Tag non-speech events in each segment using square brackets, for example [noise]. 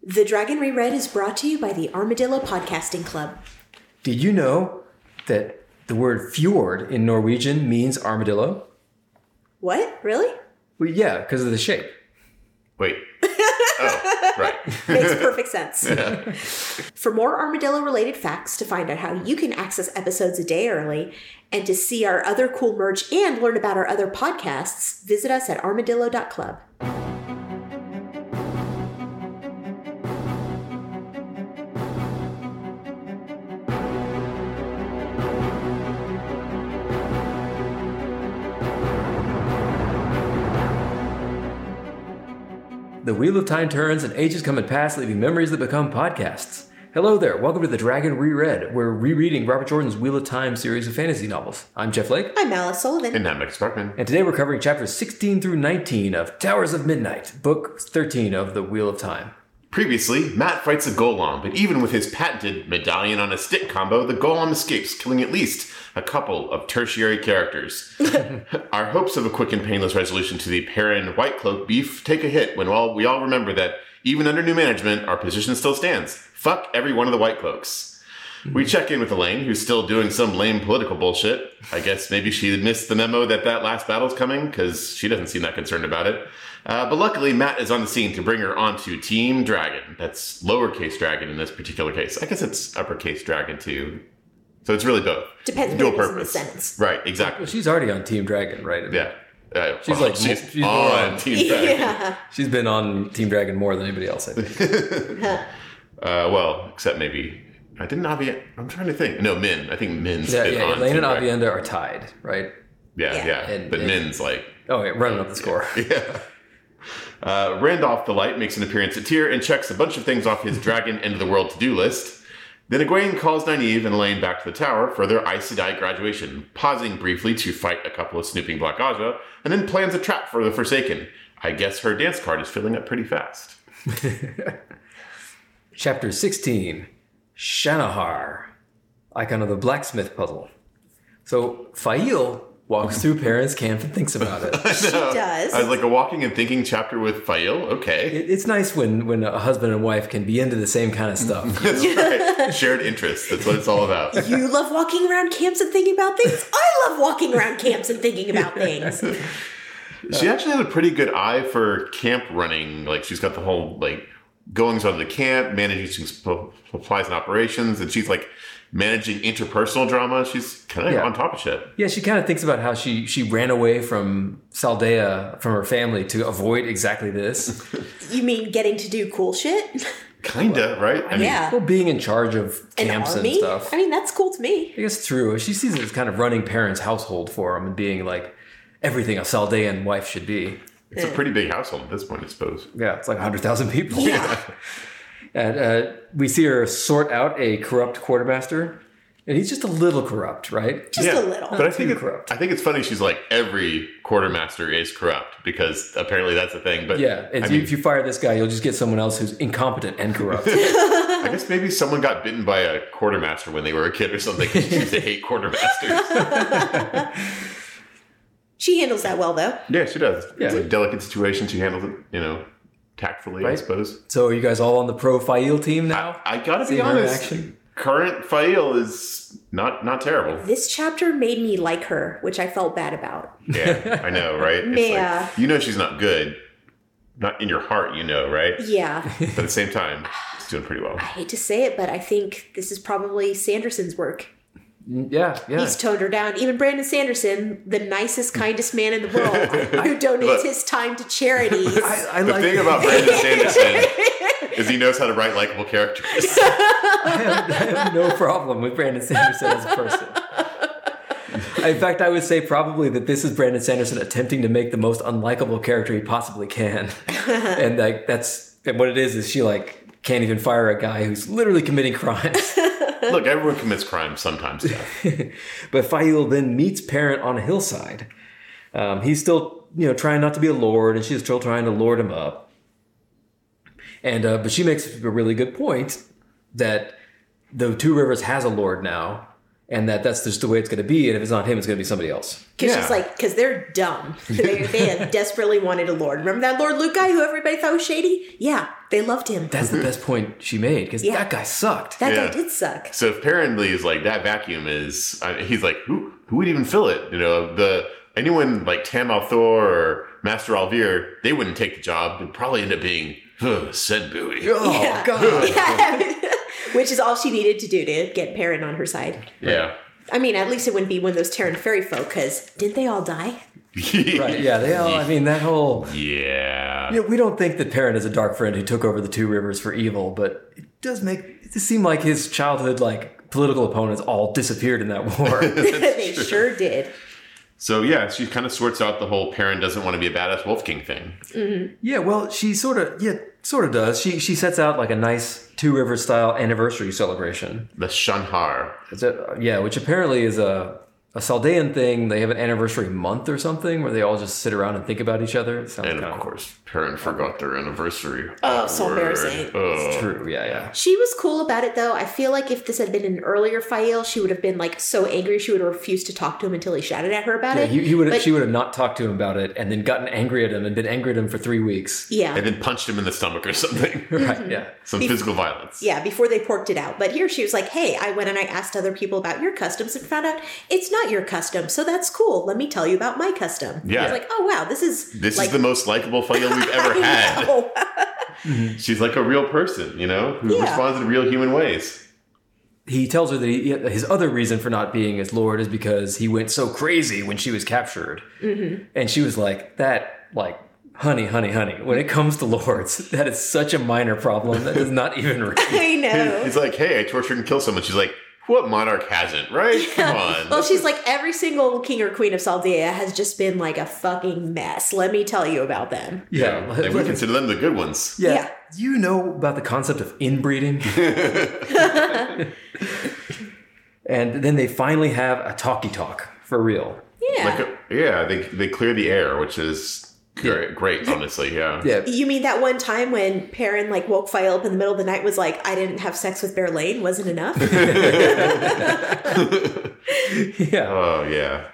The Dragon Reread is brought to you by the Armadillo Podcasting Club. Did you know that the word fjord in Norwegian means armadillo? What? Really? Well, yeah, because of the shape. Wait. oh, right. Makes perfect sense. For more armadillo related facts, to find out how you can access episodes a day early, and to see our other cool merch and learn about our other podcasts, visit us at armadillo.club. The wheel of time turns and ages come and pass, leaving memories that become podcasts. Hello there, welcome to The Dragon Reread. We're rereading Robert Jordan's Wheel of Time series of fantasy novels. I'm Jeff Lake, I'm Alice Sullivan. [laughs] And I'm Max Parkman. and today we're covering chapters 16 through 19 of Towers of Midnight, book 13 of The Wheel of Time. Previously, Matt fights a golem, but even with his patented medallion on a stick combo, the golem escapes, killing at least a couple of tertiary characters. Our hopes of a quick and painless resolution to the Perrin White Cloak beef take a hit when all, we all remember that, even under new management, our position still stands. Fuck every one of the White Cloaks. Hmm. We check in with Elaine, who's still doing some lame political bullshit. I guess maybe she missed the memo that that last battle's coming, because she doesn't seem that concerned about it. Uh, but luckily, Matt is on the scene to bring her onto Team Dragon. That's lowercase dragon in this particular case. I guess it's uppercase dragon too. So it's really both. Depends Dual what it is in the purpose. sentence. Right, exactly. Well, she's already on Team Dragon, right? I mean, Yeah. Uh, She's well, like- she's, she's been on on. [laughs] Team Dragon. Yeah. She's been on Team Dragon more than anybody else, I [laughs] think. Uh, well, except maybe. I didn't Avian. I'm trying to think. No, Min. I think Min's yeah, been yeah. on. Elaine Team and Dragon. Avienda are tied, right? Yeah, Yeah. yeah. And- but and- Min's like. Oh, yeah, running up the score. Yeah. Uh, Randolph the Light makes an appearance at Tyr and checks a bunch of things off [laughs] his dragon end of the world to do list. Then Egwene calls Nynaeve and Elaine back to the tower for their Aes Sedai graduation, pausing briefly to fight a couple of snooping Black Aja, and then plans a trap for the Forsaken. I guess her dance card is filling up pretty fast. Chapter 16 Shanahar, icon of the blacksmith puzzle. So Fail walks through Perrin's camp and thinks about it. she does. I was Uh, like a walking and thinking chapter with Fael. Okay. It- It's nice when, when a husband and wife can be into the same kind of [laughs] stuff. That's [laughs] right. Shared interest. That's what it's all about. you love walking around camps and thinking about things. I love walking around camps and thinking about things. She actually had a pretty good eye for camp running. Like she's got the whole like goings on the camp, managing some sup- supplies and operations, and she's like managing interpersonal drama. She's kind of Yeah. on top of shit. yeah, she kind of thinks about how she, she ran away from Saldea, from her family, to avoid exactly this. You mean getting to do cool shit? Kinda right. I mean, yeah. Well, being in charge of An camps and army? stuff. I mean, that's cool to me. I guess it's true. She sees it as kind of running parents' household for him and being like everything a Saldean wife should be. it's a pretty big household at this point, I suppose. Yeah, it's like 100,000 people. Yeah. And uh, we see her sort out a corrupt quartermaster, and he's just a little corrupt, right? Just a little. But I think Too it's, corrupt. I think it's funny. She's like every quartermaster is corrupt because apparently that's a thing. But Yeah, I if, you, mean, if you fire this guy, you'll just get someone else who's incompetent and [laughs] corrupt. I guess maybe someone got bitten by a quartermaster when they were a kid or something. 'cause She used to hate quartermasters. she handles that well, though. yeah, she does. It's Yeah. a delicate situation. She handles it, you know, tactfully, I Right. suppose. so, are you guys all on the pro Fail team now? I gotta Seeing be her in honest. action. Current Fail is not not terrible. This chapter made me like her, which I felt bad about. Yeah, I know, right? It's Yeah. like, you know she's not good. Not in your heart, you know, right? Yeah. But at the same time, she's doing pretty well. I hate to say it, but I think this is probably Sanderson's work. Yeah, yeah. He's toned her down. Even Brandon Sanderson, the nicest, kindest man in the world, who donates Look. his time to charities. I, I The like thing about Brandon Sanderson is he knows how to write likable characters. [laughs] I have no problem with Brandon Sanderson as a person. [laughs] In fact, I would say probably that this is Brandon Sanderson attempting to make the most unlikable character he possibly [laughs] can, and like that's and what it is is she like can't even fire a guy who's literally committing crimes. Look, everyone commits crimes sometimes. Yeah. but Fail then meets Parent on a hillside. Um, he's still you know trying not to be a lord, and she's still trying to lord him up. And uh, but she makes a really good point that the Two Rivers has a lord now, and that that's just the way it's going to be. And if it's not him, it's going to be somebody else. Because Yeah. she's like, because they're dumb. they, they have desperately wanted a lord. Remember that Lord Luke guy who everybody thought was shady? Yeah, They loved him. That's the best point she made because Yeah. that guy sucked. that yeah. guy did suck. So apparently, is like that vacuum is. I he's like, who who would even fill it? You know, the anyone like Tam Althor or Master Alvir, they wouldn't take the job. It'd probably end up being "Ugh, said Bowie. Yeah. oh Yeah. god. [laughs] Yeah. Which is all she needed to do to get Perrin on her side. yeah. [laughs] I mean, at least it wouldn't be one of those Terran fairy folk, because didn't they all die? [laughs] Right, yeah, they all I mean that whole Yeah. you know, we don't think that Perrin is a dark friend who took over the two rivers for evil, but it does make it seem like his childhood like political opponents all disappeared in that [laughs] war. they sure did. So yeah, she kind of sorts out the whole Perrin doesn't want to be a badass Wolf King thing. yeah, well, she sort of yeah, sort of does. She she sets out like a nice two rivers style anniversary celebration. The Shanhar. Is it- yeah, which apparently is a a Saldean thing. They have an anniversary month or something where they all just sit around and think about each other. It sounds And kinda of course, Perrin forgot their anniversary. Oh, so Word. embarrassing. Oh. true. Yeah, yeah. She was cool about it, though. I feel like if this had been an earlier Fael, she would have been like so angry she would have refused to talk to him until he shouted at her about Yeah, it. he, he would. But- She would have not talked to him about it, and then gotten angry at him, and been angry at him for three weeks. yeah, And then punched him in the stomach or something. [laughs] Right. Yeah. Some Be- physical violence. yeah, before they porked it out. But here she was like, hey, I went and I asked other people about your customs and found out it's not your custom, so that's cool. Let me tell you about my custom. Yeah. I was like, oh, wow, this is. This like, is [laughs] the most likable Fayel we've ever had. Oh, She's like a real person, you know, who Yeah. responds in real human ways. He tells her that he, his other reason for not being his lord is because he went so crazy when she was captured, mm-hmm. and she was like, "That like." Honey, honey, honey. When it comes to lords, [laughs] that is such a minor problem that does not even raise I know. He's like, hey, I tortured and killed someone. She's like, what monarch hasn't, right? Come on. Well, she's like, every single king or queen of Saldea has just been like a fucking mess. Let me tell you about them. [laughs] yeah. let- Like, we let- consider them the good ones. Yeah. Yeah. You know about the concept of [laughs] inbreeding. and then they finally have a talkie talk for real. Yeah. Like, uh, yeah, they, they clear the air, which is great, great honestly. Yeah. Yeah. You mean that one time when Perrin like woke Fael up in the middle of the night was like, I didn't have sex with Bear Lane wasn't enough? [laughs] Yeah. Oh, yeah.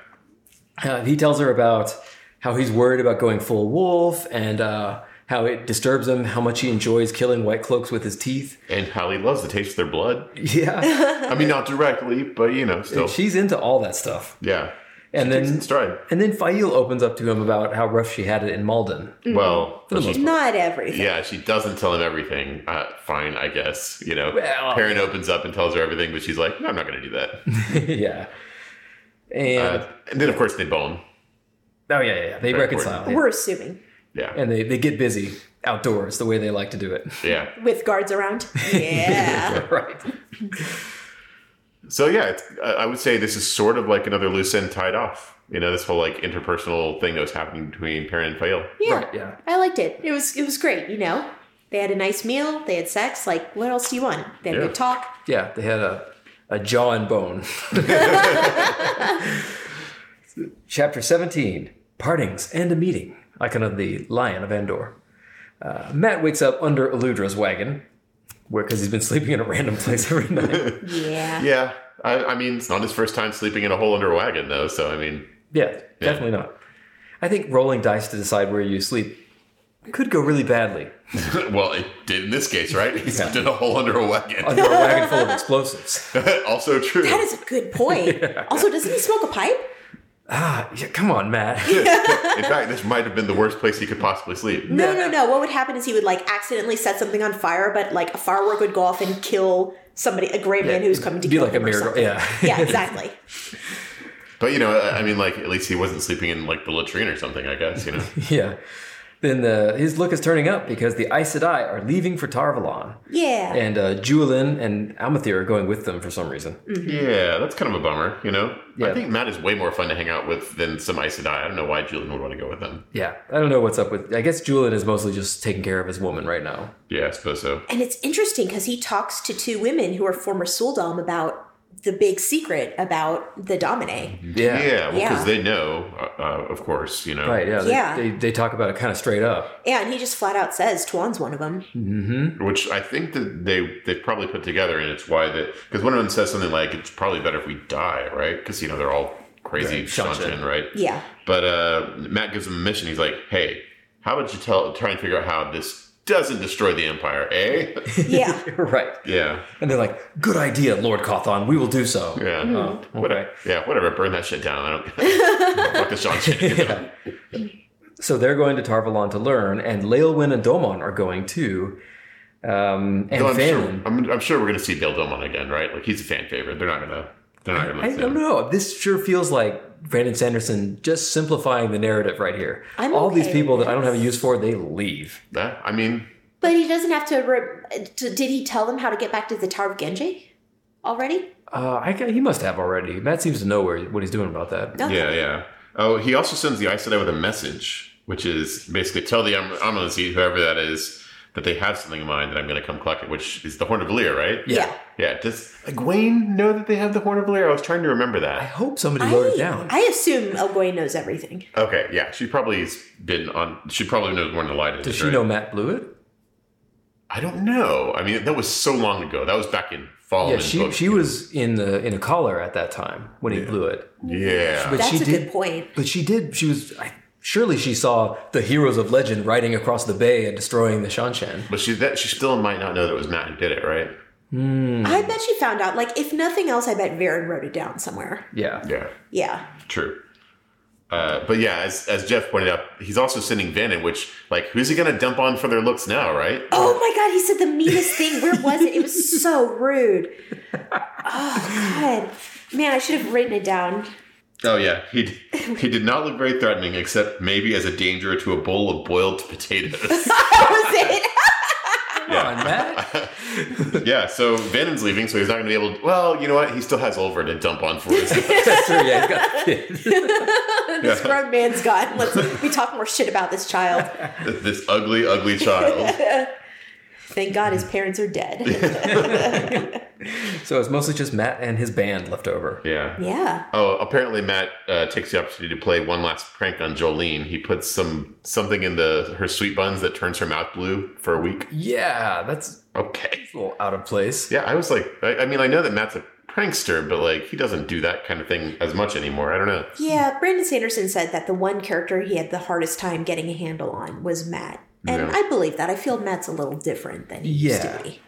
Uh, he tells her about how he's worried about going full wolf and uh, how it disturbs him, how much he enjoys killing white cloaks with his teeth. [laughs] And Holly loves the taste of their blood. Yeah. I [laughs] mean, not directly, but, you know, still. [laughs] She's into all that stuff. yeah. And Takes it then in stride. and then Fail opens up to him about how rough she had it in [laughs] Malden. Mm-hmm. Well, For the most Not everything. Yeah, she doesn't tell him everything. Uh, fine, I guess. You know, Well- Perrin opens up and tells her everything, but she's like, no, I'm not going to do that. yeah. And Uh, and then, of course, they bone. oh yeah, yeah, yeah. They very reconcile. important. Yeah. We're assuming. Yeah. and they, they get busy outdoors the way they like to do it. yeah. With guards around. Yeah. [laughs] right. So, yeah, it's, I I would say this is sort of like another loose end tied off. You know, this whole like interpersonal thing that was happening between Perrin and Fael. yeah. Right, yeah. I liked it. It was it was great, you know? They had a nice meal, they had sex, like what else do you want? They had a Yeah. good talk. Yeah, they had a, a jaw and bone. [laughs] Chapter 17 Partings and a Meeting. Icon of the Lion of Endor. Uh, Matt wakes up under Eludra's wagon, where because he's been sleeping in a random place every [laughs] night. Yeah. Yeah. I, I mean, it's not his first time sleeping in a hole under a wagon, though. So, I mean, [laughs] yeah, definitely not. I think rolling dice to decide where you sleep could go really badly. well, it did in this case, right? He slept in a hole under [laughs] a wagon. [laughs] Under a [laughs] wagon full of explosives. also true. That is a good point. Also, doesn't he smoke a pipe? Ah, yeah, come on, Matt. [laughs] in fact, this might have been the worst place he could possibly sleep. No, no, no. What would happen is he would like accidentally set something on fire, but like a firework would go off and kill somebody, a gray man who's coming to Be kill like a him or miracle. [laughs] something. Yeah. Yeah, exactly. But you know, I I mean, like at least he wasn't sleeping in like the latrine or something. I guess you know. [laughs] Yeah. Then the, his look is turning up because the Aes Sedai are leaving for Tarvalon. Yeah. And uh, Juelin and Amathir are going with them for some reason. [laughs] Mm. yeah, that's kind of a bummer. You know, Yeah. I think Matt is way more fun to hang out with than some Aes Sedai. I don't know why Julian would want to go with them. Yeah. I don't know what's up with. I guess Juelin is mostly just taking care of his woman right now. Yeah, I suppose so. And it's interesting because he talks to two women who are former Suldam about the big secret about the Domine. Yeah. Yeah, well, because Yeah. they know, uh, uh, of course, you know. Right. Yeah. They, Yeah. They, they talk about it kind of straight up. Mm-hmm. And he just flat out says Tuan's one of [laughs] them. Which I think that they they've probably put together, and it's why that because one of them says something like, "It's probably better if we die," right? Because you know they're all crazy, Right, Shanshan. Shanshan, right? Yeah. But uh, Matt gives him a mission. He's like, "Hey, how about you tell try and figure out how this doesn't destroy the Empire, eh? [laughs] [laughs] Yeah. right. yeah. And they're like, good idea, Lord Cawthon. We will do so. Yeah. Mm-hmm. Oh, okay. Whatever. Yeah, whatever. Burn that shit down. I don't fuck this Sean shit. [laughs] Yeah. So they're going to Tarvalon to learn, and Leilwin and Domon are going too. Um, and No, I'm, sure, Phelan- I'm, I'm sure we're gonna see Bill Domon again, right? Like he's a fan favorite. They're not gonna. They're not gonna. I let don't him. know. This sure feels like Brandon Sanderson just simplifying the narrative right here. I'm All these okay people with that I don't have a this. use for, they leave. Yeah, I mean, But he doesn't have to, re- to. Did he tell them how to get back to the Tower of Genji already? Uh, I, ca- he must have already. Matt seems to know where, what he's doing about that. Okay. yeah, yeah. Oh, he also sends the Aes Sedai with a message, which is basically tell the Am- Amalensi, whoever that is, that they have something in mind that I'm gonna come collect it, which is the Horn of Valyr, right? Yeah. Yeah. Does Egwene know that they have the Horn of Valyr? I was trying to remember I that. hope somebody I, wrote it down. I assume Elway knows everything. Okay. Yeah. She probably's been on. She probably knows more than the light is. Does she right? know Matt Blewett? I don't know. I mean, that was so long ago. That was back in fall. Yeah, and she book. she was in the in a collar at that time when he blew it. Yeah. But That's she a did- good point. But she did. She was I, surely she saw the heroes of legend riding across the bay and destroying the Shanshan. But she that she still might not know that it was Matt who did it, right? I Mm. bet she found out. Like, if nothing else, I bet Varen wrote it down somewhere. Yeah. Yeah, Yeah. true. Uh, but yeah, as, as Jeff pointed out, he's also sending Vannon, which like who's he gonna dump on for their looks now, right? Oh my god, he said the meanest thing. Where was it? It was so rude. Oh god. Man, I should have written it down. [laughs] Oh yeah, [laughs] he d- he did not look very threatening, except maybe as a danger to a bowl of boiled potatoes. That Come on, Matt. [laughs] [laughs] yeah, so Vannon's leaving, so he's not gonna be able. to... Well, you know what? He still has Olver to dump on for [laughs] us. [laughs] That's true. Yeah, he's got kids. was it. [laughs] this grown man's gone. Let's we talk more shit about this child. this ugly, ugly child. [laughs] Thank God his parents are dead. [laughs] So it's mostly just Matt and his band left over. Yeah. Yeah. Oh, apparently Matt uh, takes the opportunity to play one last prank on Jolene. He puts some something in the her sweet buns that turns her mouth blue for a week. Yeah, that's Okay. a little out of place. Yeah, I was like, I, I mean, I know that Matt's a prankster, but like he doesn't do that kind of thing as much anymore. I don't know. Yeah, Brandon Sanderson said that the one character he had the hardest time getting a handle on was Matt. And Yeah. I believe that. I feel Matt's a little different than he used Yeah. to be.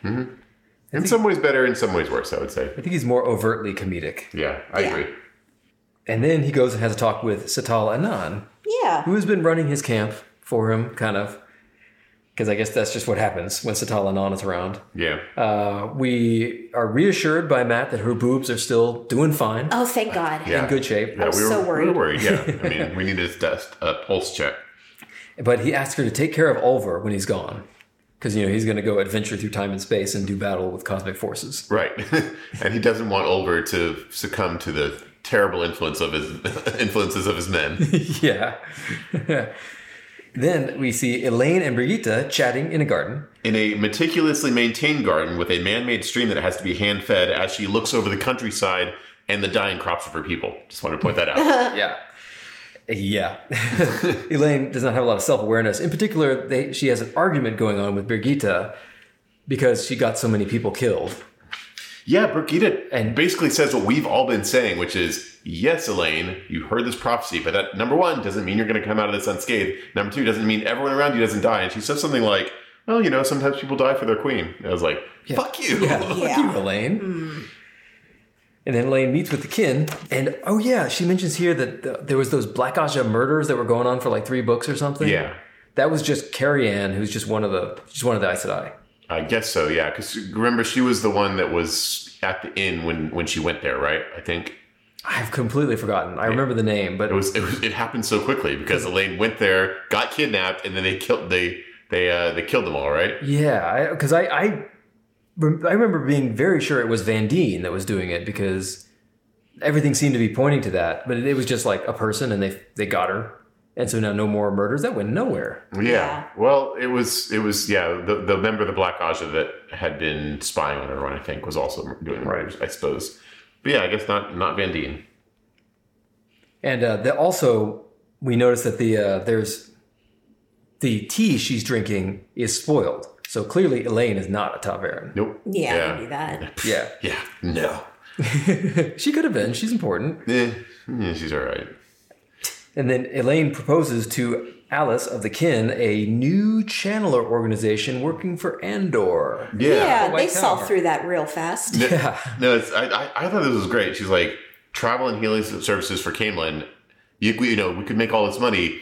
In some ways better, in some ways worse. I would say. I think he's more overtly comedic. Yeah, I Yeah. agree. And then he goes and has a talk with Satal Anand, Yeah. who has been running his camp for him, kind of. Because I guess that's just what happens when Satal Anand is around. Yeah. Uh, we are reassured by Matt that her boobs are still doing fine, Oh thank God. Yeah. in good shape. Yeah, was we were, so we were worried. Yeah, I mean, we needed a, a uh, pulse check. But he asked her to take care of Ulver when he's gone. Because, you know, he's going to go adventure through time and space and do battle with cosmic forces. [laughs] Right. [laughs] and he doesn't want Olver to succumb to the terrible influence of his [laughs] influences of his men. yeah. [laughs] then we see Elaine and Brigitte chatting in a garden. In a meticulously maintained garden with a man-made stream that has to be hand-fed as she looks over the countryside and the dying crops of her people. Just wanted to point that out. Yeah. Yeah. Elaine does not have a lot of self awareness. In particular, they, she has an argument going on with Brigitte because she got so many people killed. yeah, Brigitte And- basically says what we've all been saying, which is, yes, Elaine, you heard this prophecy, but that number one doesn't mean you're going to come out of this unscathed. Number two doesn't mean everyone around you doesn't die. And she says something like, well, you know, sometimes people die for their queen. And I was like, fuck you. [laughs] Yeah, fuck Yeah. you, Elaine. And then Elaine meets with the kin, and oh yeah, she mentions here that th there was those Black Aja murders that were going on for like three books or something. Yeah. that was just Carrie Ann, who's just one of the she's one of the Aes Sedai. [laughs] I guess so, yeah. Because remember, she was the one that was at the inn when when she went there, right? I think I've completely forgotten. I remember the name, but it was it, was, it happened so quickly because Elaine went there, got kidnapped, and then they killed they they uh, they killed them all, right? yeah, because I I, rem- I remember being very sure it was Van Deen that was doing it because everything seemed to be pointing to that, but it, it was just like a person, and they they got her, and so now no more murders. That went nowhere. Yeah. Well, it was it was yeah. The the member of the Black Aja that had been spying on everyone, I think, was also doing the murders, I suppose. But yeah, I guess not not Van Deen. And uh, the, also, we notice that the uh, there's the tea she's drinking is spoiled. So clearly, Elaine is not a Taverin. Nope. Yeah, I knew Yeah. that. Yeah, Yeah. No. [laughs] she could have been. She's important. Eh, yeah, she's all right. And then Elaine proposes to Alice of the Kin, a new channeler organization working for Andor. Yeah. Yeah, they White saw Tower. through that real fast. No, no it's, I, I, I thought this was great. She's like, travel and healing services for Camelin. You, we- you know, we could make all this money.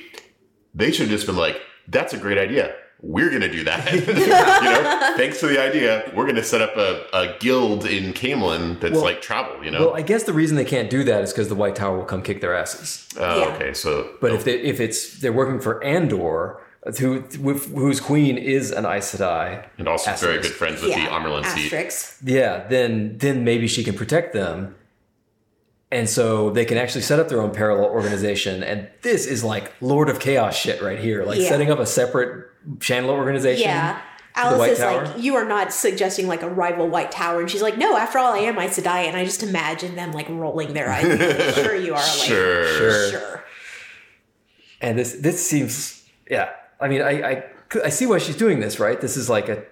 They should have just been like, that's a great idea. We're going to do that. [laughs] you know, thanks to the idea, we're going to set up a, a guild in Camelin that's Well- like travel, you know? Well, I guess the reason they can't do that is because the White Tower will come kick their asses. Uh, Yeah. Okay, so. But if they if it's they're working for Andor, who with, whose queen is an Aes Sedai, and also very Asterisk. good friends with yeah, the Amerlin seat. Asterix. yeah, then then maybe she can protect them. And so they can actually set up their own parallel organization. And this is like Lord of Chaos shit right here. Like Yeah. setting up a separate channel organization. Yeah. White Alice is Tower? like, you are not suggesting like a rival White Tower. And she's like, no, after all, I am Aes Sedai. And I just imagine them like rolling their eyes. [laughs] like, sure, you are. Like, Sure. Sure. Sure. And this this seems yeah. I mean, I I, I see why she's doing this, right? This is like a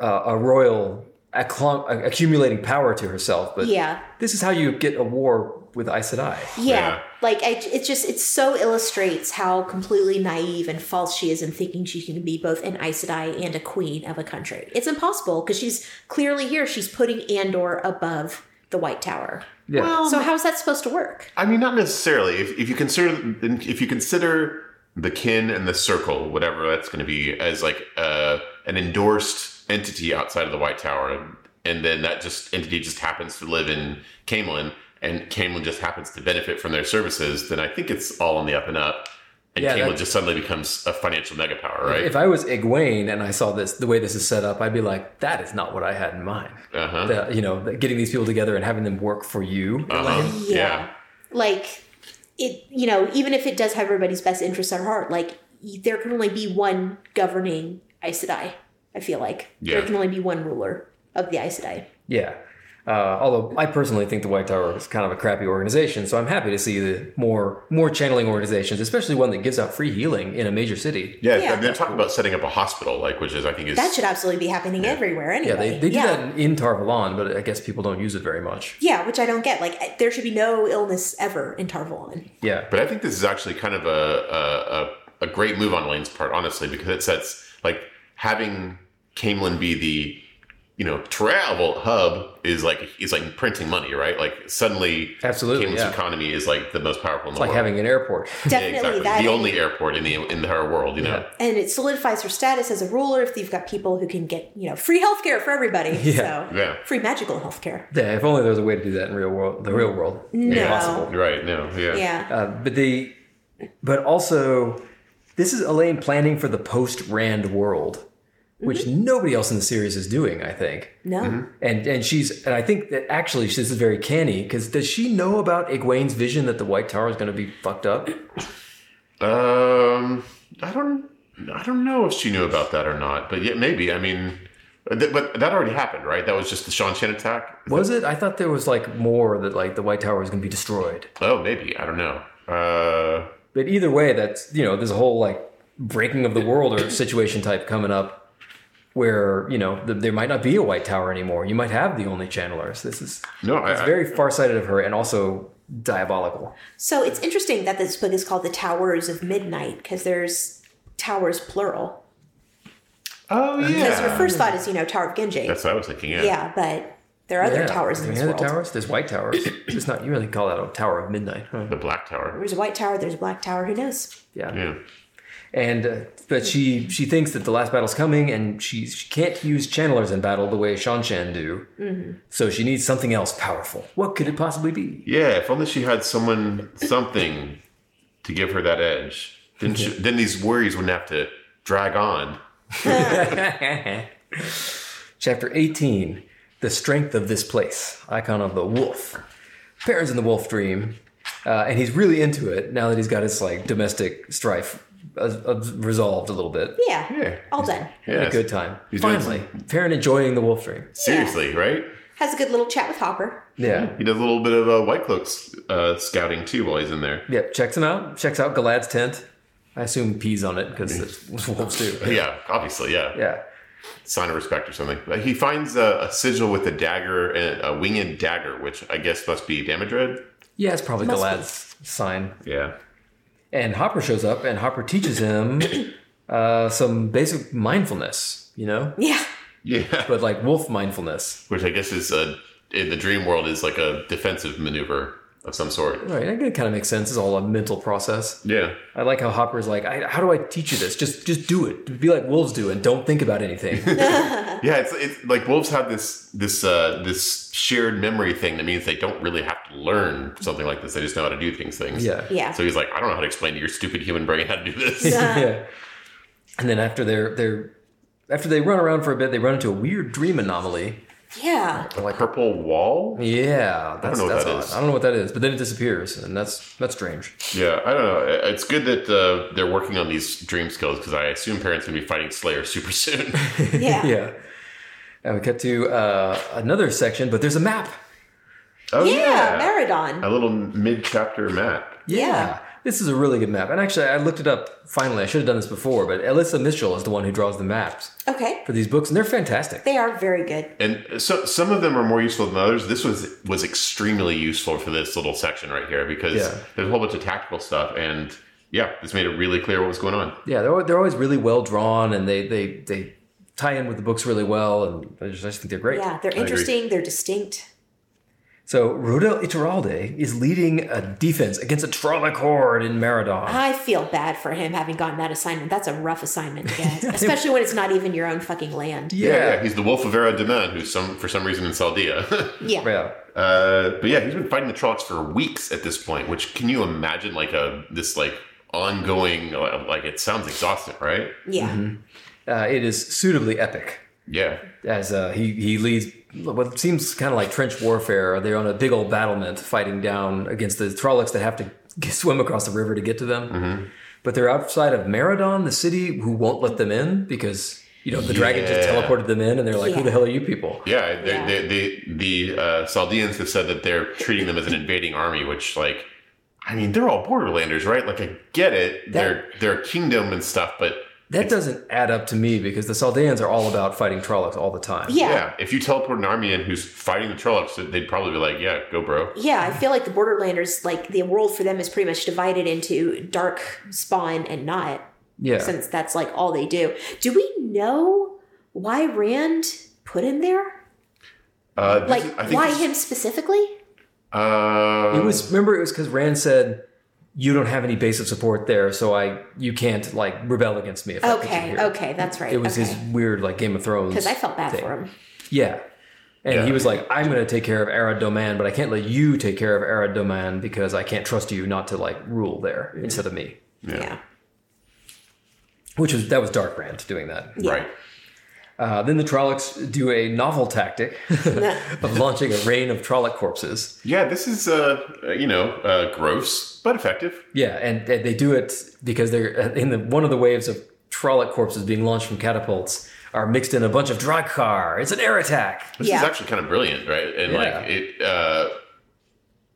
uh, a royal acclu- accumulating power to herself, but Yeah. this is how you get a war with Aes Sedai. Yeah. Yeah. Like, I, it just, it so illustrates how completely naive and false she is in thinking she can be both an Aes Sedai and a queen of a country. It's impossible because she's clearly here. She's putting Andor above the White Tower. Yeah. Um, So, how's that supposed to work? I mean, not necessarily. If, if you consider if you consider the kin and the circle, whatever that's going to be, as like uh, an endorsed entity outside of the White Tower, and then that just entity just happens to live in Camelin, and Camelin just happens to benefit from their services, then I think it's all on the up and up, and Yeah, Camelin that- just suddenly becomes a financial megapower, right? If I was Egwene and I saw this, the way this is set up, I'd be like, that is not what I had in mind. Uh-huh. That, you know, that getting these people together and having them work for you. Uh-huh. Yeah. Like it, you know, even if it does have everybody's best interests at heart, like y- there can only be one governing Aes Sedai, I feel like. Yeah. There can only be one ruler of the Aes Sedai. Yeah. Uh, although I personally think the White Tower is kind of a crappy organization, so I'm happy to see the more more channeling organizations, especially one that gives out free healing in a major city. Yeah, Yeah. and they're talking about setting up a hospital, like which is I think is That should absolutely be happening everywhere Yeah, anyway. they, they do that in, in Tarvalon, but I guess people don't use it very much. Yeah, which I don't get. Like I- there should be no illness ever in Tarvalon. Yeah. But I think this is actually kind of a a, a, a great move on Lane's part, honestly, because it sets like having Camelin be the you know travel hub is like is like printing money, right? Like suddenly, Absolutely, Camelin's yeah. economy is like the most powerful in the Like world. having an airport. [laughs] Yeah, Definitely exactly. that the only airport in the in the entire world, you know. and it solidifies her status as a ruler if you've got people who can get, you know, free healthcare for everybody. [laughs] Yeah. So Yeah. free magical healthcare. yeah, if only there was a way to do that in real world the real world. No. Impossible. Right? No. Yeah. Yeah. Uh, but the but also this is Elaine planning for the post Rand world, which nobody else in the series is doing, I think. No. And and she's and I think that actually this is very canny because does she know about Egwene's vision that the White Tower is going to be fucked up? Um, I don't, I don't know if she knew about that or not, but yeah, maybe. I mean, th- but that already happened, right? That was just the Sean Chen attack. Was it? I thought there was like more that like the White Tower is going to be destroyed. Oh, maybe. I don't know. Uh, But either way, that's you know there's a whole like breaking of the world [coughs] or situation type coming up. Where you know th- there might not be a White Tower anymore. You might have the only Channelers. This is no, I, It's I- very farsighted of her and also diabolical. So it's interesting that this book is called The Towers of Midnight because there's towers plural. oh Because yeah. her first thought is, you know, Tower of Genji. That's what I was thinking. Yeah. yeah, but there are other Yeah. towers in Any this other world. towers? There's white [coughs] towers. it's not. You really call that a tower of midnight? huh? The Black Tower. There's a white tower, there's a black tower, who knows? Yeah. Yeah. And uh, but she she thinks that the last battle's coming, and she she can't use channelers in battle the way Shan Shan do. Mm-hmm. So she needs something else powerful. What could it possibly be? Yeah. If only she had someone, something, to give her that edge. Then, [laughs] she, then these worries wouldn't have to drag on. [laughs] Chapter 18 The Strength of This Place, Icon of the Wolf. Perrin's in the wolf dream, uh, and he's really into it now that he's got his like domestic strife uh, uh, resolved a little bit. Yeah. Yeah. All done. Had Yes. a good time. He's doing Finally, Perrin enjoying the wolf dream. Seriously, right? Has a good little chat with Hopper. Yeah. He does a little bit of uh, White Cloaks uh, scouting too while he's in there. Yep. Checks him out. Checks out Galad's tent. I assume pees on it because that's what [laughs] wolves do. Yeah, obviously, yeah. Yeah. Sign of respect or something. But he finds a, a sigil with a dagger, and a winged dagger, which I guess must be Damodred. Yeah, it's probably Must be. Galad's sign. Yeah. And Hopper shows up, and Hopper teaches him [coughs] uh, some basic mindfulness, you know, Yeah. [laughs] Yeah. but like wolf mindfulness. Which I guess is uh in the dream world is like a defensive maneuver of some sort. Right, that kind of makes sense. It's all a mental process. Yeah. I like how Hopper's like, I, how do I teach you this? Just, just do it. Be like wolves do, and don't think [laughs] about anything. Yeah, it's, it's like wolves have this this uh, this shared memory thing that means they don't really have to learn something like this. They just know how to do things. Things. yeah, Yeah. So he's like, I don't know how to explain to your stupid human brain how to do [laughs] [laughs] this. yeah. And then after they're they're after they run around for a bit, they run into a weird dream anomaly. yeah. A purple wall? Yeah, that's, know what that's that odd. is. I don't know what that is, but then it disappears, and that's that's strange. Yeah, I don't know. It's good that uh, they're working on these dream skills because I assume parents are gonna be fighting Slayer super [laughs] soon. Yeah. [laughs] yeah. And we cut to uh, another section, but there's a map. oh Yeah, a Maridon. little mid chapter map. Yeah. This is a really good map. And actually, I looked it up finally. I should have done this before, but Alyssa Mitchell is the one who draws the maps Okay. for these books, and they're fantastic. They are very good. And so some of them are more useful than others. This was was extremely useful for this little section right here because Yeah. there's a whole bunch of tactical stuff and yeah, this made it really clear what was going on. yeah, they're, al- they're always really well drawn, and they, they, they tie in with the books really well, and I just, I just think they're great. Yeah, they're agree. interesting. They're distinct. So, Rodel Iturralde is leading a defense against a Trollic horde in Maradon. I feel bad for him having gotten that assignment. That's a rough assignment to get, especially when it's not even your own fucking land. he's the Wolf of Era Demand, who's some for some reason in Saldia. [laughs] Yeah. yeah. Uh, but yeah, he's been fighting the Trollocs for weeks at this point. Which can you imagine? Like a this like ongoing uh, like it sounds exhausting, right? Yeah. Uh, it is suitably epic. Yeah, as uh, he he leads what seems kind of like trench warfare. They're on a big old battlement fighting down against the Trollocs that have to [laughs] g- swim across the river to get to them. Mm. mm-hmm. But they're outside of Maradon, the city, who won't let them in because you know the dragon just Yeah. teleported them in, and they're like, "Who the Yeah. hell are you people?" yeah. They, Yeah. They, they, the uh, Saldeans have said that they're treating them as an invading army, which like. I mean, they're all borderlanders, right? Like, I get it. they're they're a kingdom and stuff, but That doesn't add up to me because the Saldeans are all about fighting Trollocs all the time. Yeah. yeah. if you teleport an army in who's fighting the Trollocs, they'd probably be like, "Yeah, go, bro." Yeah, I feel like the Borderlanders, like the world for them is pretty much divided into dark spawn and not, Yeah. since that's like all they do. Do we know why Rand put in there? Uh, this Like, is- I think why this- him specifically? Uh, It was remember it was because Rand said you don't have any base of support there, so I you can't like rebel against me if I put you Okay, here. okay, that's right. It was okay. his weird like Game of Thrones. Because I felt bad thing. for him. Yeah. And Yeah. he was like, I'm going to take care of Arad Doman, but I can't let you take care of Arad Doman because I can't trust you not to like rule there instead of me. Yeah. Which was, that was Dark Rand doing that. Yeah. right. Uh, then the Trollocs do a novel tactic of launching a rain of Trolloc corpses. Yeah, this is uh, you know uh, gross but effective. Yeah. And, and they do it because they're uh, in the, one of the waves of Trolloc corpses being launched from catapults are mixed in a bunch of Drakkar. It's an air attack. This Yeah. is actually kind of brilliant, right? And Yeah. like it, uh,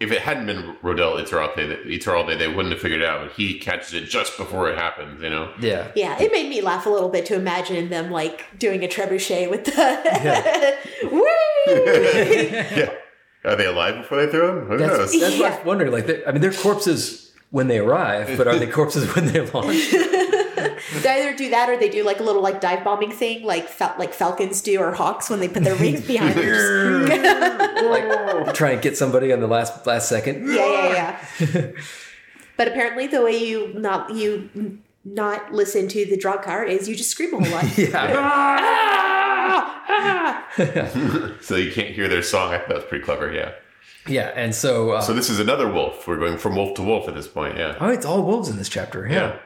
if it hadn't been Rodell Iturralde, Iturralde, they wouldn't have figured it out. But he catches it just before it happens. You know, Yeah. Yeah, it made me laugh a little bit to imagine them like doing a trebuchet with [laughs] the woo. yeah. Are they alive before they throw him? Who That's, knows? that's what I Yeah. was wondering. Like, they- I mean, they're corpses when they arrive, but are they corpses when they're launched? They either do that or they do like a little like dive bombing thing, like fal- like falcons do or hawks when they put their wings [laughs] behind theirs. like, try and get somebody on the last last second. Yeah, [laughs] yeah, yeah. but apparently, the way you not you n- not listen to the drug car is you just scream a whole lot. [laughs] Ah! Yeah. So you can't hear their song. I thought that was pretty clever. Yeah. Yeah. And so, uh, So this is another wolf. We're going from wolf to wolf at this point. Yeah. oh, it's all wolves in this chapter. Yeah. Yeah.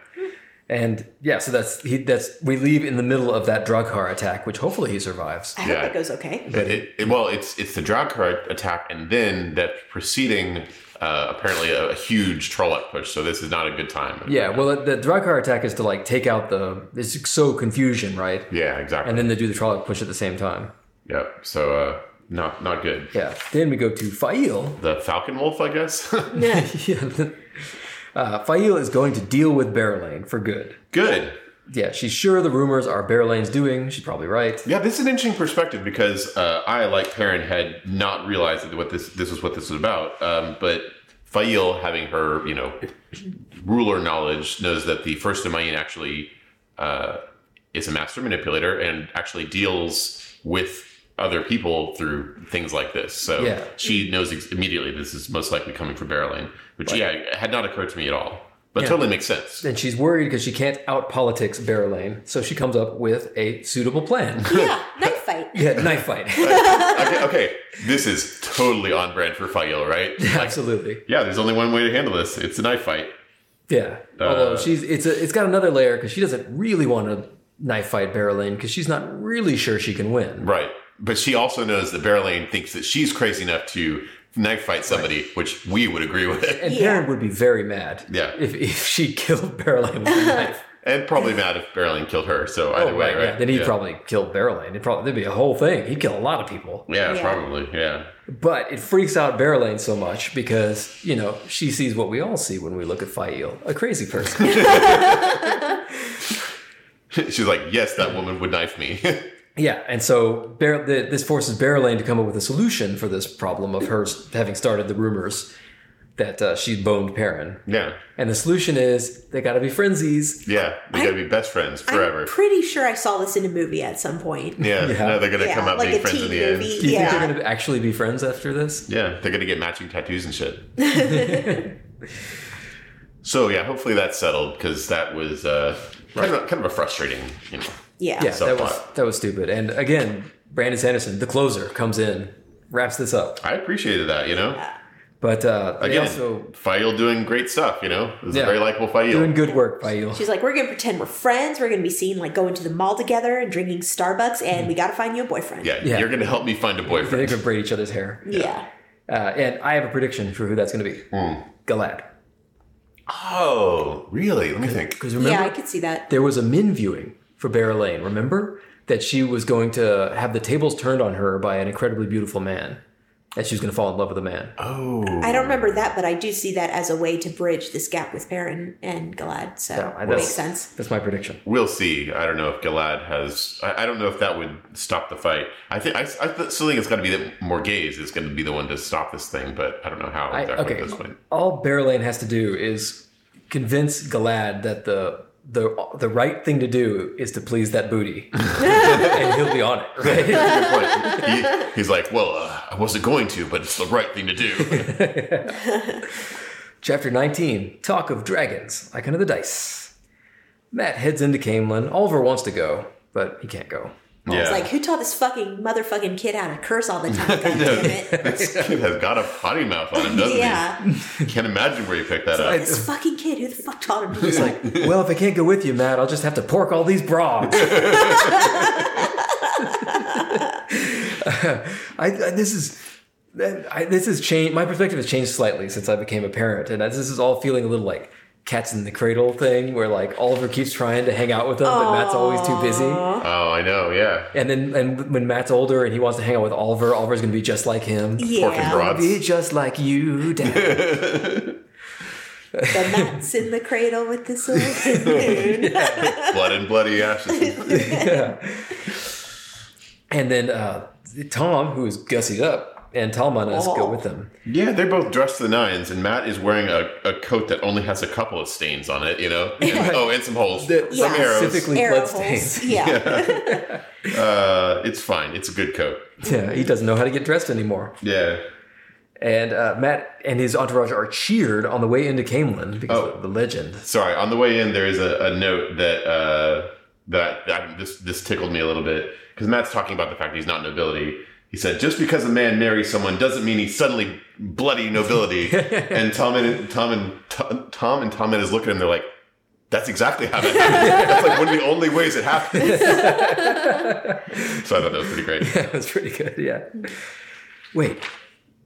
And yeah, so that's he, that's we leave in the middle of that Drakkar attack, which hopefully he survives. I hope Yeah. that goes okay. It, it, it- well, it's it's the Drakkar attack, and then that preceding uh, apparently a, a huge Trolloc push. So this is not a good time. Yeah. Well, the Drakkar attack is to like take out the it's so confusion, right? Yeah, exactly. And then they do the Trolloc push at the same time. Yep. So uh, not not good. Yeah. Then we go to Fail. The Falcon Wolf, I guess. [laughs] [laughs] yeah. Uh, Fail is going to deal with Barrelane for good. good. Yeah, she's sure the rumors are Barrelane's doing. She's probably right. Yeah, this is an interesting perspective because uh, I, like Perrin, had not realized that what this this was what this was about. Um, but Fail, having her, you know, ruler knowledge, knows that the first Domain actually uh, is a master manipulator and actually deals with other people through things like this. So Yeah. she knows ex- immediately this is most likely coming from Barreling, which, yeah, it had not occurred to me at all. But Yeah. totally makes sense. And she's worried because she can't out politics Barrelane, so she comes up with a suitable plan. [laughs] yeah, knife fight. yeah, knife fight. okay, okay, this is totally on brand for Fail, right? Like, [laughs] Absolutely. yeah, there's only one way to handle this. It's a knife fight. Yeah. Uh, Although she's it's a, it's got another layer because she doesn't really want to knife fight Barrelane because she's not really sure she can win. Right. But she also knows that Barrelane thinks that she's crazy enough to knife fight somebody, which we would agree with. And Yeah. Perrin would be very mad. Yeah. If, if she [laughs] killed Barrelane with a knife. And probably mad if Barrelane killed her. So either way, Oh, right? Yeah. Then he'd probably kill Barrelane. It'd probably there'd be a whole thing. He'd kill a lot of people. Yeah, Yeah. probably. Yeah. [laughs] But it freaks out Barrelane so much because, you know, she sees what we all see when we look at Fael, a crazy person. She's like, yes, that woman would knife me. [laughs] yeah. And so Bar- th- this forces Barrelane to come up with a solution for this problem of her s- having started the rumors that uh, she'd boned Perrin. yeah. And the solution is they got to be frenzies. Yeah. They got to be best friends forever. I'm pretty sure I saw this in a movie at some point. yeah. Yeah. No, they're going to Yeah, come out like being a friends teen in movie. the end. Do you think Yeah. they're going to actually be friends after this? Yeah. They're going to get matching tattoos and shit. so, yeah, hopefully that's settled because that was uh, kind, of, kind of a frustrating, you know. Yeah. Yeah, that was Subplot. that was stupid. And again, Brandon Sanderson, the closer, comes in, wraps this up. I appreciated that, you know? But uh, they Again, also Fael doing great stuff, you know? It was Yeah. a very likable Fael. doing good work by you. She's like, we're going to pretend we're friends. We're going to be seen like going to the mall together and drinking Starbucks, and we got to find you a boyfriend. Mm-hmm. yeah, Yeah. you're going to help me find a They're boyfriend. gonna braid each other's hair. Yeah. Uh, and I have a prediction for who that's gonna be. Hmm. Galad. Oh, really? Let me think. Because Yeah, remember, I could see that. there was a Min viewing for Bear Lane. Remember that she was going to have the tables turned on her by an incredibly beautiful man. That she was gonna fall in love with a man. Oh. I don't remember that, but I do see that as a way to bridge this gap with Perrin and Galad. So Yeah, I it know. makes sense. That's my prediction. We'll see. I don't know if Galad has. I, I don't know if that would stop the fight. I think I, I th- still think it's got to be that Morgaze is going to be the one to stop this thing, but I don't know how I- exactly okay. at this point. All Bear Lane has to do is convince Galad that the the the right thing to do is to please that booty, and he'll be on it. Right? [laughs] Good point. He- he's like, well, uh, I wasn't going to, but it's the right thing to do. Chapter 19 Talk of Dragons, Icon of the Dice. Matt heads into Camelin. Oliver wants to go, but he can't go. It's yeah. [laughs] like, who taught this fucking motherfucking kid how to curse all the time? God damn it. this kid has got a potty mouth on him, doesn't Yeah. he? Can't imagine where you picked that up. This fucking kid, who the fuck taught him to do that? well, if I can't go with you, Matt, I'll just have to pork all these bras. [laughs] I, I, this is. I, this has changed. My perspective has changed slightly since I became a parent, and this is all feeling a little like cats in the cradle thing, where like Oliver keeps trying to hang out with them, but Matt's always too busy. Oh, I know. Yeah. And then, and when Matt's older and he wants to hang out with Oliver, Oliver's gonna be just like him. Pork and Yeah. broads. Be just like you, Dad. The gnats in the cradle with the silver moon. blood and bloody ashes. and then uh, Tom, who is gussied up, and Tom on us go Oh. with them. yeah, they're both dressed to the nines, and Matt is wearing a, a coat that only has a couple of stains on it, you know? And- oh, and some holes. The- some Yeah. arrows. Specifically Arrow bloodstains. holes. Yeah. Uh, it's fine. It's a good coat. Yeah, he doesn't know how to get dressed anymore. Yeah. And uh, Matt and his entourage are cheered on the way into Camelin because Oh. of the legend. [laughs] Sorry, on the way in, there is a, a note that, uh, that, that this, this tickled me a little bit because Matt's talking about the fact that he's not nobility. He said, just because a man marries someone doesn't mean he's suddenly bloody nobility. and Tom and Tom and Tom, Tom and Tom is looking at him, they're like, that's exactly how that happens. That's like one of the only ways it happens. [laughs] so I thought that was pretty great. That was pretty good. Yeah. Wait,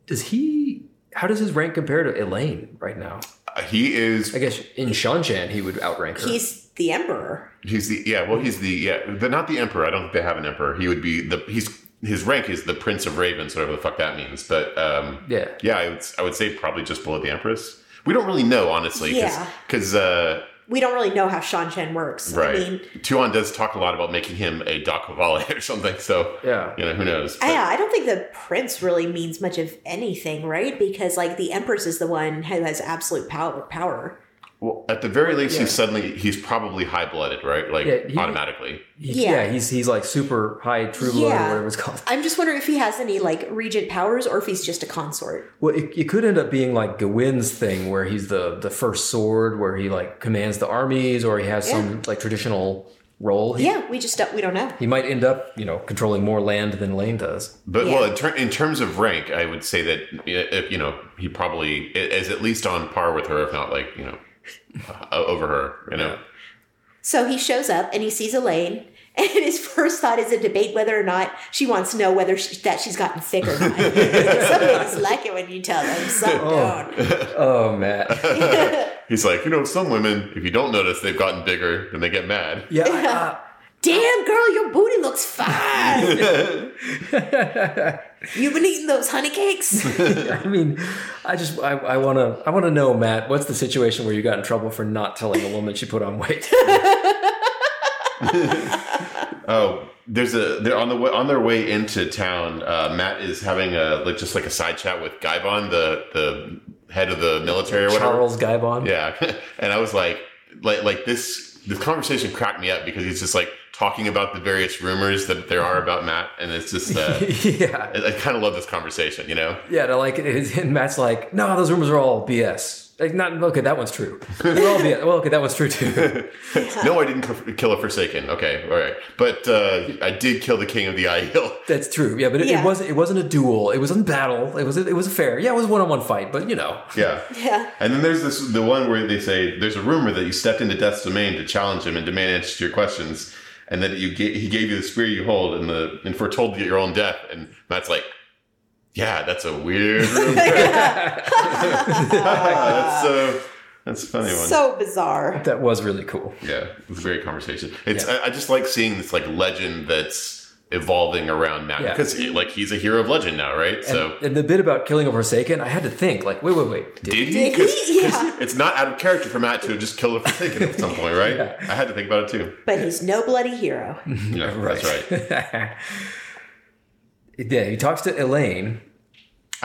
does he? How does his rank compare to Elaine right now? Uh, He is I guess in Shanshan he would outrank her. He's the emperor. He's the yeah. Well, he's the yeah. The, not the emperor. I don't think they have an emperor. He would be the he's his rank is the prince of ravens, whatever the fuck that means. But um, Yeah. yeah. I would I would say probably just below the empress. We don't really know honestly. Yeah. Because uh, we don't really know how Shan Chen works. I Right. mean, Tuan does talk a lot about making him a Doc Havale [laughs] or something, so Yeah. you know, who knows? But- yeah, I don't think the prince really means much of anything, right? Because like the empress is the one who has absolute power. Power. Well, at the very least, Yeah. he's suddenly he's probably high blooded, right? Like Yeah, he- automatically. He- Yeah. yeah. he's he's like super high true Yeah. blood or whatever it's called. I'm just wondering if he has any like regent powers or if he's just a consort. Well, it, it could end up being like Gawain's thing, where he's the the first sword, where he like commands the armies, or he has some like traditional role. He, Yeah, we just don't, we don't know. he might end up, you know, controlling more land than Lane does. But Yeah. well, in, ter- in terms of rank, I would say that uh, if you know he probably i- is at least on par with her, if not like you know o- over her. You know, So he shows up and he sees Elaine, [laughs] and his first thought is a debate whether or not she wants to know whether she, that she's gotten thick or [laughs] not. some ladies like it when you tell them, some don't. Oh, Matt. he's like you know some women, if you don't notice they've gotten bigger, then they get mad. [laughs] Yeah. I- Damn, girl, your booty looks [laughs] fine. You've been eating those honey [laughs] cakes. I mean, I just I, I wanna I wanna know, Matt, what's the situation where you got in trouble for not telling a woman she put on weight? Oh, there's a they're on the way, on their way into town. Uh, Matt is having a like just like a side chat with Gaibon, the the head of the military [laughs] or whatever. Charles Guybon. Yeah, [laughs] and I was like, like, like this. This conversation cracked me up because he's just like talking about the various rumors that there are about Matt, and it's [laughs] just. Uh, yeah. I, I kind of love this conversation, you know. Yeah, and I like it. And Matt's like, no, those rumors are all BS. Like, not okay. That one's true. They're all BS. Well, okay, that one's true [laughs] too. No, I didn't co- kill a Forsaken. Okay, all right, but uh, I did kill the King of the Eye Hill. [laughs] That's true. Yeah, but it, Yeah. it wasn't. It wasn't a duel. It was not battle. It was. It was a fair. Yeah, it was one on one fight. But you know, [laughs] Yeah. yeah. And then there's this the one where they say there's a rumor that you stepped into Death's domain to challenge him and demand answers to your questions, and that you ga- he gave you the spear you hold and the and foretold your own death. And Matt's like, yeah, that's a weird [laughs] rumor. that's so that's a funny one. So bizarre. that was really cool. yeah, it's a great conversation. It's I, I just like seeing this like legend that's evolving around Matt Yeah. because like he's a hero of legend now, right? so. And the bit about killing a Forsaken, I had to think. Like, wait, wait, wait. Did, Did he? Did he? 'Cause- 'cause Yeah. It's not out of character for Matt to have just killed a Forsaken at some point, right? I had to think about it [laughs] too. But he's no bloody hero. Yeah, that's right. [laughs] yeah, he talks to Elaine.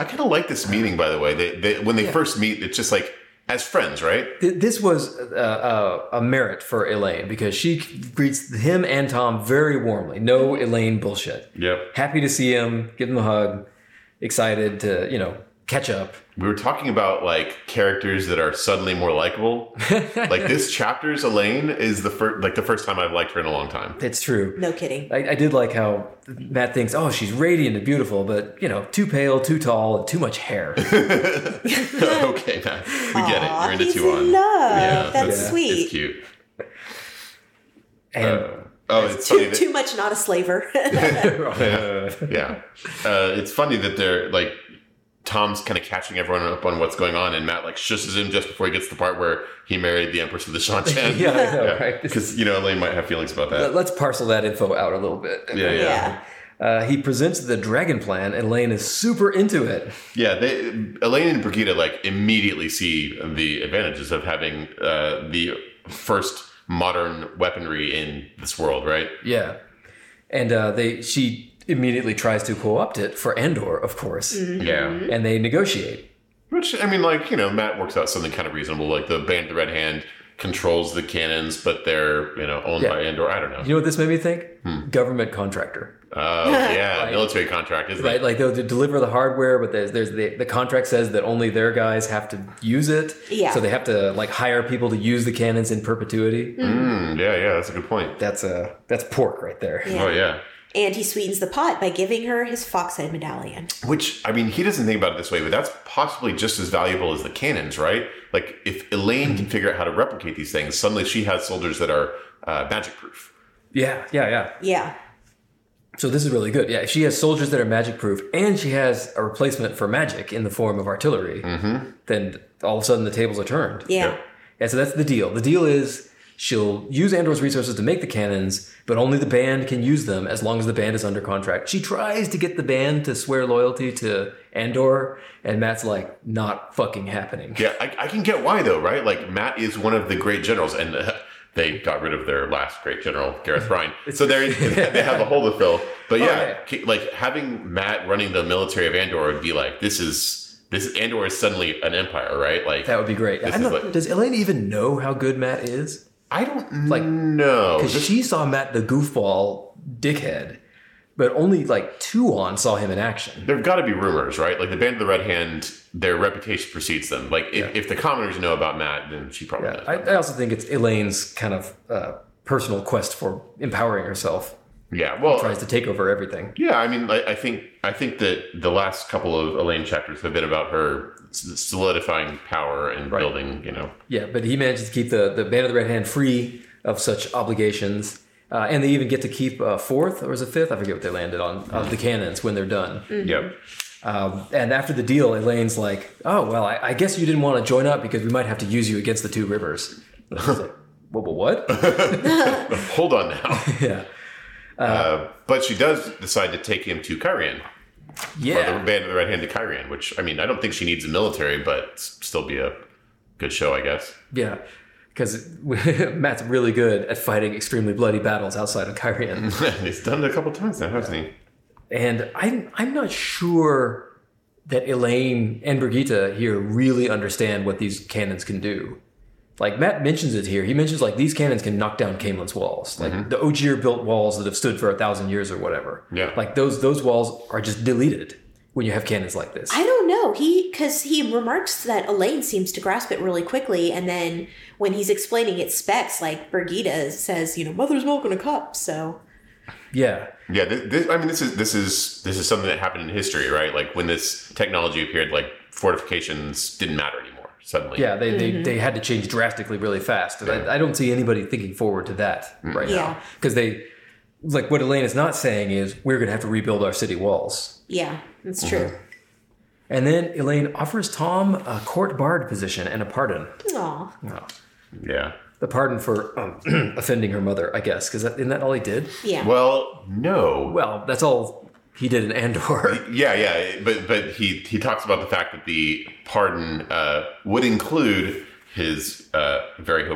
I kind of like this meeting, by the way. They, they when they first meet, it's just like as friends, right? Th- This was uh, uh, a merit for Elaine because she greets him and Tom very warmly. No Elaine bullshit. Yep. Happy to see him. Give him a hug. Excited to you know catch up. We were talking about like characters that are suddenly more likable. [laughs] like this chapter's Elaine is the first, like the first time I've liked her in a long time. It's true. No kidding. I, I did like how Matt thinks, oh, she's radiant and beautiful, but you know, too pale, too tall, and too much hair. [laughs] okay, Matt, we get it. You're Aw, into he's two on. in love. it's- That's yeah, sweet. It's cute. And Oh, it's funny Too, that too much not a slaver. [laughs] [laughs] yeah, uh, it's funny that they're like Tom's kind of catching everyone up on what's going on, and Matt like shushes him just before he gets to the part where he married the Empress of [laughs] the Shan Chan. yeah, I know, right? This- because you know Elaine might have feelings about that. Let's parcel that info out a little bit. Yeah, yeah, yeah. yeah. Uh, he presents the dragon plan, and Lane is super into it. they, Elaine and Brigida like immediately see the advantages of having uh, the first modern weaponry in this world, right? Yeah, and uh, they she immediately tries to co-opt it for Andor, of course, Mm-hmm. Yeah. and they negotiate. Which I mean, like you know, Matt works out something kind of reasonable. Like the Band of the Red Hand controls the cannons, but they're you know owned Yeah. by Andor. I don't [laughs] know. You know what this made me think? Government contractor, Oh yeah, military contract isn't right? it? Like they'll deliver the hardware, but there's, there's the, the contract says that only their guys have to use it. Yeah. So they have to like hire people to use the cannons in perpetuity. Mm, yeah, yeah, that's a good point. That's uh, that's pork right there. Oh yeah. And he sweetens the pot by giving her his fox head medallion. Which I mean, he doesn't think about it this way, but that's possibly just as valuable as the cannons, right? Like if Elaine can figure out how to replicate these things, suddenly she has soldiers that are uh, magic proof. Yeah, yeah, yeah. Yeah. So this is really good. Yeah, she has soldiers that are magic proof, and she has a replacement for magic in the form of artillery. Mm-hmm. Then all of a sudden the tables are turned. Yeah. Yeah, so that's the deal. The deal is She'll use Andor's resources to make the cannons, but only the band can use them as long as the band is under contract. She tries to get the band to swear loyalty to Andor, and Matt's like, not fucking happening. [laughs] Yeah, I, I can get why though, right? Like Matt is one of the great generals, and uh, they got rid of their last great general, [laughs] Gareth Ryan. So they [laughs] they have a hole to fill. But yeah, Alright. ca- like having Matt running the military of Andor would be like this is this Andor is suddenly an empire, right? Like That would be great. This I'm is not- what- does Elaine even know how good Matt is? I don't Like- know. Because she saw Matt the goofball dickhead, but only like Tuon saw him in action. There've got to be rumors, right? Like the Band of the Red Hand, their reputation precedes them. Like if, if the commoners know about Matt, then she probably knows. I, I also think it's Elaine's kind of uh, personal quest for empowering herself, yeah, well, tries to take over everything. Yeah, I mean, I, I think I think that the last couple of Elaine chapters have been about her s- solidifying power and building. You know, Yeah, but he manages to keep the, the Band of the Red Hand free of such obligations. Uh, and they even get to keep uh, fourth or is it fifth? I forget what they landed on of the cannons when they're done. yeah, Um, and after the deal, Elaine's like, "Oh well, I, I guess you didn't want to join up because we might have to use you against the two [laughs] rivers." And I was like, "What? What? What?" hold on now. [laughs] [laughs] yeah, uh, but she does decide to take him to Kyrian, the yeah. Band of the Red Hand to Kyrian, which I mean, I don't think she needs a military, but s- still be a good show, I guess. [laughs] Yeah, because [laughs] Matt's really good at fighting extremely bloody battles outside of Kyrian, He's done it a couple times now, hasn't he? and I'm I'm not sure that Elaine and Brigitte here really understand what these cannons can do. Like Matt mentions it here, he mentions like these cannons can knock down Caelan's walls, like the Ogier built walls that have stood for a thousand years or whatever. Yeah. like those those walls are just deleted when you have cannons like this. I don't know. He because he remarks that Elaine seems to grasp it really quickly, and then when he's explaining its specs, like Brigida says, you know, mother's milk in a cup. So yeah, Yeah, this, this, I mean, this is this is this is something that happened in history, right? Like when this technology appeared, like fortifications didn't matter anymore suddenly. yeah, they, they, they had to change drastically really fast. And I, I don't see anybody thinking forward to that right Yeah. now because they like what Elaine is not saying is we're going to have to rebuild our city walls. yeah, that's true. And then Elaine offers Tom a court barred position and a pardon. Mm-hmm. Aw, yeah. The pardon for um, [clears throat] offending her mother, I guess, because isn't that all he did? yeah. Well, no. Well, that's all he did in Andor. [laughs] Yeah, yeah, but but he he talks about the fact that the pardon uh, would include his uh, very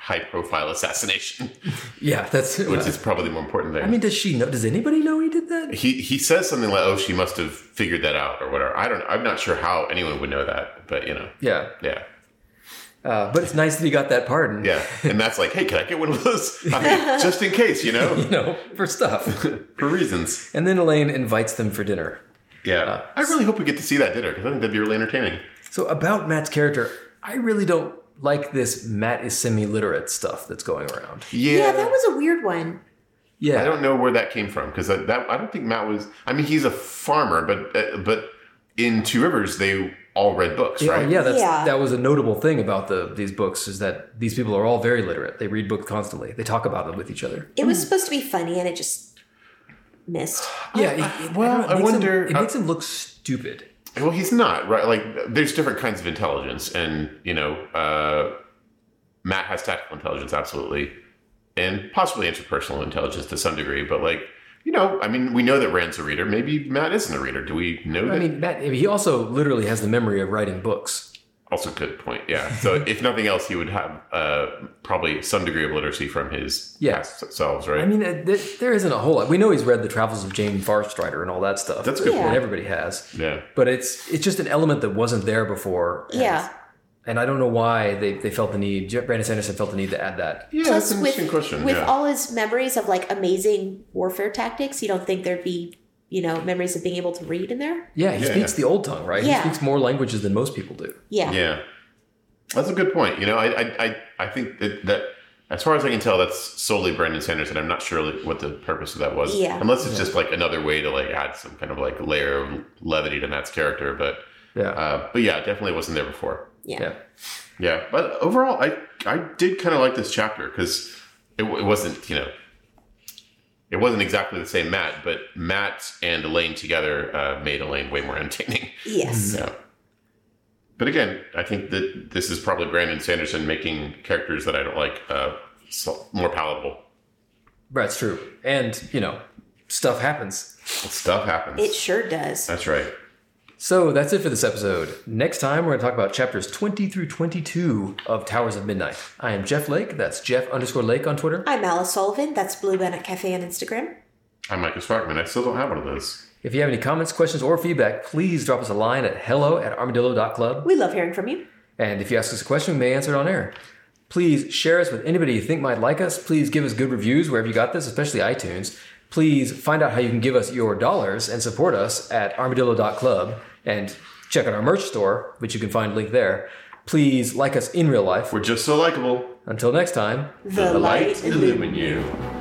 high profile assassination, [laughs] yeah, that's. which is probably the more important thing. I mean, does she know? Does anybody know he did that? he he says something like, "Oh, she must have figured that out" or whatever. I don't. I'm not sure how anyone would know that, but you know, Yeah, yeah, uh, but it's nice that he got that pardon. yeah. And that's like, hey, can I get one of those? I [laughs] mean, just in case, you know, [laughs] you know, for stuff. for reasons. and then Elaine invites them for dinner. Yeah, I really hope we get to see that dinner because I think that'd be really entertaining. So about Matt's character, I really don't like this Matt is semi-literate stuff that's going around. yeah, that was a weird one. Yeah, I don't know where that came from because that, that I don't think Matt was. I mean, he's a farmer, but uh, but in Two Rivers they all read books, Yeah, right? Yeah, that's, Yeah. that was a notable thing about the these books is that these people are all very literate. They read books constantly. They talk about them with each other. It Mm. was supposed to be funny, and it just [sighs] missed. Yeah. it- it- well, it I makes wonder- Them, it makes them look stupid. Well, he's not right. Like, there's different kinds of intelligence, and you know, uh, Matt has tactical intelligence, absolutely, and possibly interpersonal intelligence to some degree. But like, you know, I mean, we know that Rand's a reader. Maybe Matt isn't a reader. Do we know that? I mean, Matt, I mean, he also literally has the memory of writing books. also, good point. Yeah. So, if nothing else, he would have uh, probably some degree of literacy from his Yeah. past selves, right? I mean, uh, th- there isn't a whole lot. We know he's read the Travels of Jane Farstrider and all that stuff. That's a good Yeah. And everybody has. yeah. But it's it's just an element that wasn't there before. and- Yeah. And I don't know why they, they felt the need. Brandon Sanderson felt the need to add that. Yeah, Plus, that's an with interesting question. with yeah. all his memories of like amazing warfare tactics, you don't think there'd be you know memories of being able to read in there? Yeah, he Yeah, speaks yeah. the old tongue, right? Yeah. He speaks more languages than most people do. Yeah, yeah, that's a good point. You know, I, I, I, I think that, that as far as I can tell, that's solely Brandon Sanderson. I'm not sure like, what the purpose of that was. Yeah. unless it's just like another way to like add some kind of like layer of levity to Matt's character. But, Yeah. uh, but yeah, it definitely wasn't there before. yeah. yeah. Yeah, but overall, I, I did kind of like this chapter because it, w- it wasn't you know. It wasn't exactly the same Matt, but Matt and Elaine together uh, made Elaine way more entertaining. Yes. Yeah. But again, I think that this is probably Brandon Sanderson making characters that I don't like uh, so more palatable. That's true. And, you know, stuff happens. Stuff happens. It sure does. That's right. So that's it for this episode. Next time, we're going to talk about chapters 20 through 22 of Towers of Midnight. I am Jeff Lake. That's Jeff underscore Lake on Twitter. I'm Alice Sullivan. That's Blue Bonnet Cafe on Instagram. I'm Michael Sparkman. I still don't have one of those. If you have any comments, questions, or feedback, please drop us a line at hello at armadillo.club. We love hearing from you. And if you ask us a question, we may answer it on air. Please share us with anybody you think might like us. Please give us good reviews wherever you got this, especially iTunes. Please find out how you can give us your dollars and support us at armadillo.club and check out our merch store, which you can find linked there. Please like us in real life. We're just so likable. Until next time. The, light, illumine you.